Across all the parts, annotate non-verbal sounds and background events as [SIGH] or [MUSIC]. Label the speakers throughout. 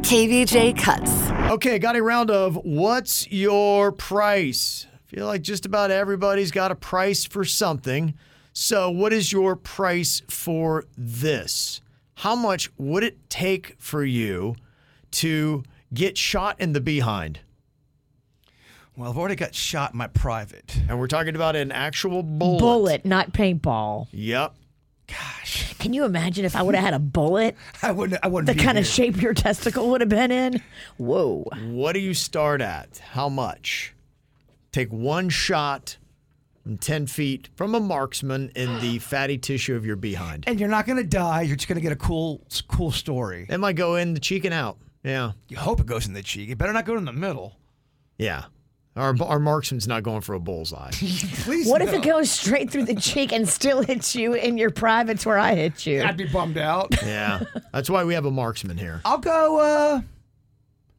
Speaker 1: KVJ Cuts.
Speaker 2: Okay, got a round of what's your price? Feel like just about everybody's got a price for something. So, what is your price for this? How much would it take for you to get shot in the behind?
Speaker 3: Well, I've already got shot in my private.
Speaker 2: And we're talking about an actual bullet.
Speaker 4: Bullet, not paintball.
Speaker 2: Yep.
Speaker 3: Gosh, [LAUGHS]
Speaker 4: Can you imagine if I would have had
Speaker 2: [LAUGHS]
Speaker 4: a bullet?
Speaker 3: I wouldn't. I wouldn't.
Speaker 4: The
Speaker 3: be
Speaker 4: kind
Speaker 3: here.
Speaker 4: of shape your testicle would have been in? Whoa.
Speaker 2: What do you start at? How much? Take one shot from 10 feet from a marksman in the fatty tissue of your behind.
Speaker 3: And you're not gonna die. You're just gonna get a cool, cool story.
Speaker 2: It might go in the cheek and out. Yeah.
Speaker 3: You hope it goes in the cheek. It better not go in the middle.
Speaker 2: Yeah. Our, our marksman's not going for a bullseye.
Speaker 3: Please.
Speaker 4: What if
Speaker 3: no.
Speaker 4: it goes straight through the cheek and still hits you in your privates where I hit you?
Speaker 3: I'd be bummed out.
Speaker 2: yeah. That's why we have a marksman here.
Speaker 3: I'll go. uh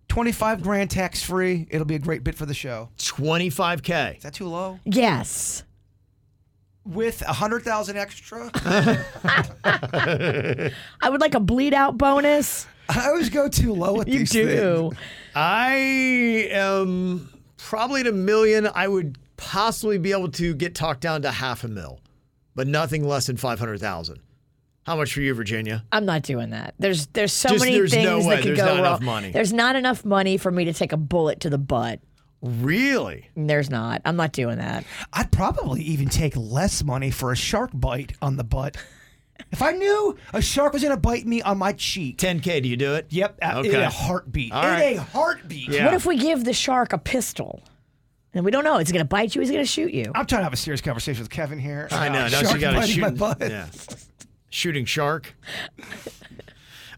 Speaker 3: 25 grand tax free. It'll be a great bit for the show.
Speaker 2: 25K.
Speaker 3: Is that too low?
Speaker 4: Yes.
Speaker 3: With a hundred thousand extra,
Speaker 4: I would like a bleed out bonus.
Speaker 3: I always go too low with
Speaker 4: You
Speaker 3: these
Speaker 4: do.
Speaker 3: things.
Speaker 2: I am probably at a million. I would possibly be able to get talked down to half a mil, but nothing less than 500,000. How much for you, Virginia?
Speaker 4: I'm not doing that. There's there's so
Speaker 2: Just-
Speaker 4: many
Speaker 2: there's no
Speaker 4: things
Speaker 2: way.
Speaker 4: that could
Speaker 2: There's
Speaker 4: go
Speaker 2: not
Speaker 4: wrong.
Speaker 2: enough money.
Speaker 4: There's not enough money for me to take a bullet to the butt.
Speaker 2: Really?
Speaker 4: There's not. I'm not doing that.
Speaker 3: I'd probably even take less money for a shark bite on the butt. If I knew a shark was going to bite me on my cheek.
Speaker 2: 10K, do you do it?
Speaker 3: Yep, uh, in
Speaker 2: Okay.
Speaker 3: a heartbeat.
Speaker 2: All
Speaker 3: in
Speaker 2: right.
Speaker 3: a heartbeat.
Speaker 2: Yeah.
Speaker 4: What if we give the shark a pistol? And we don't know. Is he going to bite you? Is he going to shoot you?
Speaker 3: I'm trying to have a serious conversation with Kevin here.
Speaker 2: I know. Now
Speaker 3: Uh, shark
Speaker 2: she got a
Speaker 3: biting my
Speaker 2: shooting,
Speaker 3: butt.
Speaker 2: yeah. shooting shark.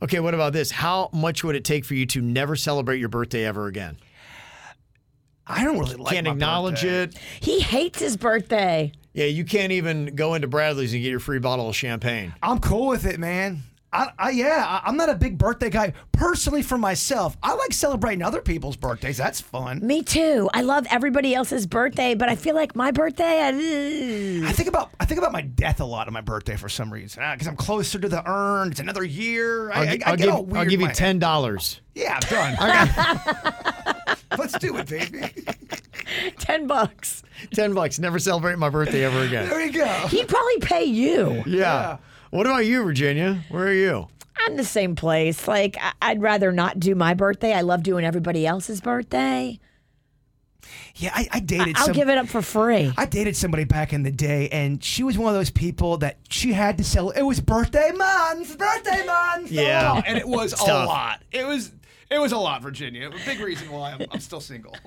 Speaker 2: Okay, what about this? How much would it take for you to never celebrate your birthday ever again?
Speaker 3: I don't really like.
Speaker 2: can't
Speaker 3: my
Speaker 2: acknowledge
Speaker 3: birthday.
Speaker 2: it.
Speaker 4: He hates his birthday.
Speaker 2: Yeah, you can't even go into Bradley's and get your free bottle of champagne.
Speaker 3: I'm cool with it, man. I, I yeah, I, I'm not a big birthday guy personally. For myself, I like celebrating other people's birthdays. That's fun.
Speaker 4: Me too. I love everybody else's birthday, but I feel like my birthday. I,
Speaker 3: I think about I think about my death a lot on my birthday for some reason because I'm closer to the urn. It's another year. I,
Speaker 2: I'll,
Speaker 3: I-
Speaker 2: gi-
Speaker 3: I
Speaker 2: I'll
Speaker 3: get
Speaker 2: give,
Speaker 3: all weird
Speaker 2: I'll
Speaker 3: in
Speaker 2: give you
Speaker 3: my head.
Speaker 2: ten
Speaker 3: [LAUGHS]
Speaker 2: dollars.
Speaker 3: Yeah, I'm done.
Speaker 2: [LAUGHS]
Speaker 3: [LAUGHS] Let's do it, baby. [LAUGHS]
Speaker 4: Ten bucks.
Speaker 2: Ten bucks. Never celebrate my birthday ever again.
Speaker 3: There you go.
Speaker 4: He'd probably pay you.
Speaker 2: Yeah. What about you, Virginia? Where are you?
Speaker 4: I'm the same place. Like I- I'd rather not do my birthday. I love doing everybody else's birthday.
Speaker 3: Yeah, I, I dated.
Speaker 4: I'll
Speaker 3: some,
Speaker 4: give it up for free.
Speaker 3: I dated somebody back in the day, and she was one of those people that she had to sell. It was birthday month, birthday month.
Speaker 2: Yeah.
Speaker 3: Oh, and it was a
Speaker 2: tough.
Speaker 3: lot. It was. It was a lot, Virginia. A big reason why I'm, I'm still single.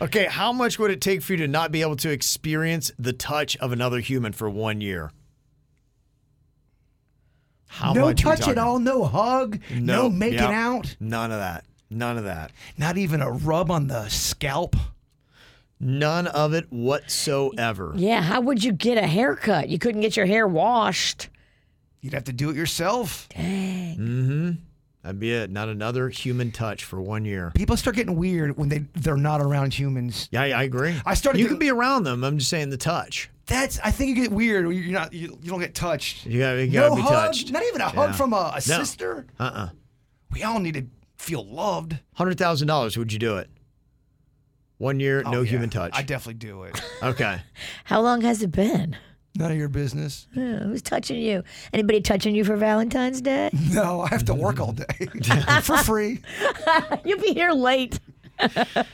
Speaker 2: Okay. How much would it take for you to not be able to experience the touch of another human for one year? [LAUGHS] How
Speaker 3: no
Speaker 2: much are we
Speaker 3: touch at
Speaker 2: talking?
Speaker 3: all. No hug. No,
Speaker 2: Nope.
Speaker 3: making
Speaker 2: Yep.
Speaker 3: out.
Speaker 2: None of that. None of that.
Speaker 3: Not even a rub on the scalp.
Speaker 2: None of it whatsoever.
Speaker 4: yeah. How would you get a haircut? You couldn't get your hair washed.
Speaker 3: You'd have to do it yourself.
Speaker 2: That'd be it. Not another human touch for one year.
Speaker 3: People start getting weird when they they're not around humans.
Speaker 2: Yeah, I, I agree.
Speaker 3: I started
Speaker 2: You
Speaker 3: to-
Speaker 2: can be around them. I'm just saying the touch.
Speaker 3: That's. I think you get weird. when You're not. You, you don't get touched.
Speaker 2: You gotta, you
Speaker 3: no
Speaker 2: gotta be
Speaker 3: hug.
Speaker 2: touched.
Speaker 3: Not even a hug
Speaker 2: Yeah.
Speaker 3: from a, a
Speaker 2: No.
Speaker 3: sister.
Speaker 2: Uh-uh.
Speaker 3: We all need to feel loved.
Speaker 2: Hundred thousand dollars. Would you do it? One year,
Speaker 3: Oh,
Speaker 2: no
Speaker 3: yeah.
Speaker 2: human touch.
Speaker 3: I definitely do it.
Speaker 2: okay.
Speaker 4: How long has it been?
Speaker 3: [LAUGHS] None of your business. [LAUGHS]
Speaker 4: Yeah, who's touching you? Anybody touching you for Valentine's Day? [LAUGHS]
Speaker 3: No, I have to work all [LAUGHS] day for free.
Speaker 4: You'll be here late.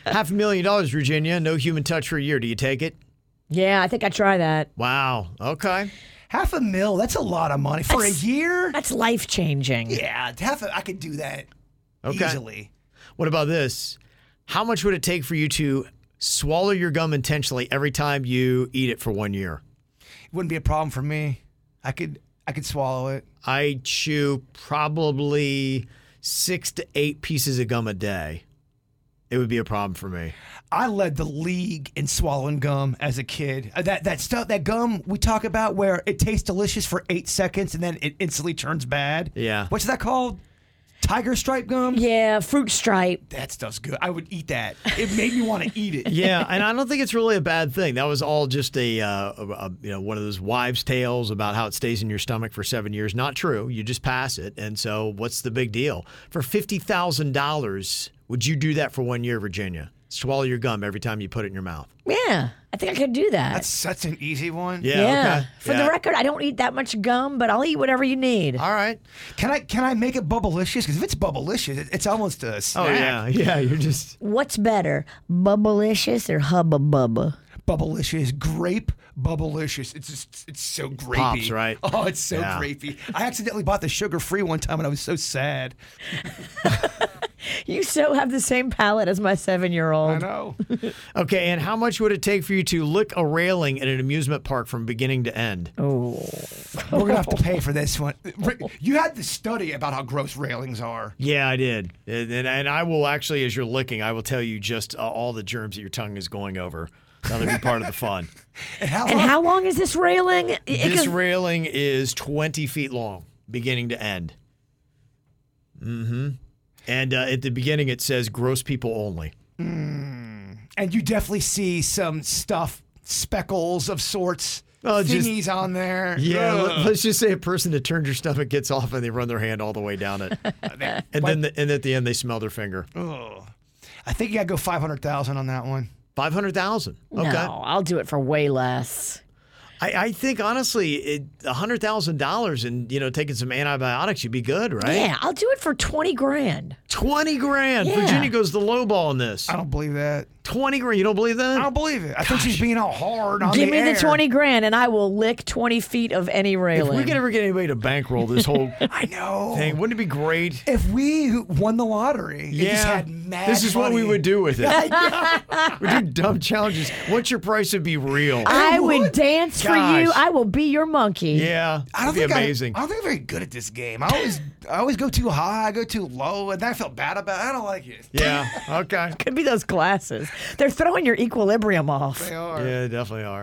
Speaker 2: Half a million dollars, Virginia. No human touch for a year. Do you take it?
Speaker 4: Yeah, I think I try that.
Speaker 2: Wow. Okay.
Speaker 3: Half a mil. That's a lot of money for
Speaker 4: That's-
Speaker 3: a year.
Speaker 4: That's life changing.
Speaker 3: Yeah, half. A, I could do that
Speaker 2: Okay.
Speaker 3: easily.
Speaker 2: What about this? How much would it take for you to swallow your gum intentionally every time you eat it for one year?
Speaker 3: It wouldn't be a problem for me. I could. I could swallow it.
Speaker 2: I chew probably six to eight pieces of gum a day. It would be a problem for me.
Speaker 3: I led the league in swallowing gum as a kid. Uh, That that stuff, that gum we talk about, where it tastes delicious for eight seconds and then it instantly turns bad.
Speaker 2: Yeah.
Speaker 3: What's that called? tiger stripe gum.
Speaker 4: Yeah, fruit stripe.
Speaker 3: That stuff's good. I would eat that. It made me want to eat
Speaker 2: [LAUGHS]
Speaker 3: it.
Speaker 2: [LAUGHS] yeah, and I don't think it's really a bad thing. That was all just a, uh, a, a you know one of those wives' tales about how it stays in your stomach for seven years. Not true. You just pass it, and so what's the big deal? For fifty thousand dollars, would you do that for one year, Virginia? Swallow your gum every time you put it in your mouth.
Speaker 4: Yeah, I think I could do that.
Speaker 3: That's such an easy one.
Speaker 2: Yeah. okay.
Speaker 4: For
Speaker 2: Yeah.
Speaker 4: the record, I don't eat that much gum, but I'll eat whatever you need.
Speaker 2: All right.
Speaker 3: Can I can I make it bubblicious? Because if it's bubblicious, it, it's almost a
Speaker 2: Oh
Speaker 3: snack.
Speaker 2: yeah, [LAUGHS] yeah. You're just
Speaker 4: What's better, Bubblicious or Hubba Bubba?
Speaker 3: Bubblicious grape bubblicious. It's just it's so grapey.
Speaker 2: pops, right?
Speaker 3: [LAUGHS] Oh, it's so
Speaker 2: Yeah.
Speaker 3: grapey. I accidentally bought the sugar free one time, and I was so sad.
Speaker 4: You so have the same palate as my
Speaker 3: I
Speaker 4: seven-year-old.
Speaker 3: know.
Speaker 2: okay. And how much would it take for you to lick a railing at an amusement park from beginning to end?
Speaker 4: Oh,
Speaker 3: We're gonna have to pay for this one. You had the study about how gross railings are.
Speaker 2: Yeah, I did. And, and, and I will actually, as you're licking, I will tell you just uh, all the germs that your tongue is going over. That'll be part of the [LAUGHS] fun.
Speaker 3: And how
Speaker 4: and
Speaker 3: long-
Speaker 4: how long is this railing? It
Speaker 2: this
Speaker 4: goes-
Speaker 2: railing is 20 feet long, beginning to end. Mm-hmm. And uh, at the beginning, it says gross people only.
Speaker 3: and you definitely see some stuff, speckles of sorts,
Speaker 2: Oh, just-
Speaker 3: thingies on there.
Speaker 2: Yeah, let-
Speaker 3: Ugh.
Speaker 2: let's just say a person that turns your stomach gets off and they run their hand all the way down [LAUGHS] it. and then the, and at the end, they smell their finger.
Speaker 3: Ugh. I think you gotta go five hundred thousand on that one.
Speaker 2: 500,000.
Speaker 4: No,
Speaker 2: Okay.
Speaker 4: I'll do it for way less.
Speaker 2: I, I think honestly, it, hundred thousand dollars and you know taking some antibiotics, you'd be good, right?
Speaker 4: Yeah, I'll do it for twenty grand.
Speaker 2: Twenty grand.
Speaker 4: Yeah.
Speaker 2: Virginia goes the low ball on this.
Speaker 3: I don't believe that.
Speaker 2: Twenty grand. You don't believe that?
Speaker 3: I don't believe it. I think she's being all hard on
Speaker 4: Give me
Speaker 3: air.
Speaker 4: the twenty grand, and I will lick twenty feet of any
Speaker 2: if
Speaker 4: railing.
Speaker 2: we could ever get anybody to bankroll this [LAUGHS] whole
Speaker 3: I know.
Speaker 2: thing, wouldn't it be great?
Speaker 3: If we won the lottery, and just had mad
Speaker 2: this is what we
Speaker 3: money-
Speaker 2: would do with it.
Speaker 3: [LAUGHS]
Speaker 2: we do dumb challenges. What's your price would be real?
Speaker 4: I would dance for
Speaker 2: Oh,
Speaker 4: you.
Speaker 2: Gosh.
Speaker 4: I will be your monkey.
Speaker 2: yeah,
Speaker 3: I don't
Speaker 2: it'd be
Speaker 3: think I-
Speaker 2: amazing.
Speaker 3: I, don't think I'm very good at this game. I always, I always go too high, I go too low, and then I feel bad about. it. I don't like it.
Speaker 2: yeah. Okay.
Speaker 4: Could be those glasses. They're throwing your equilibrium off.
Speaker 3: They are.
Speaker 2: Yeah, they definitely are.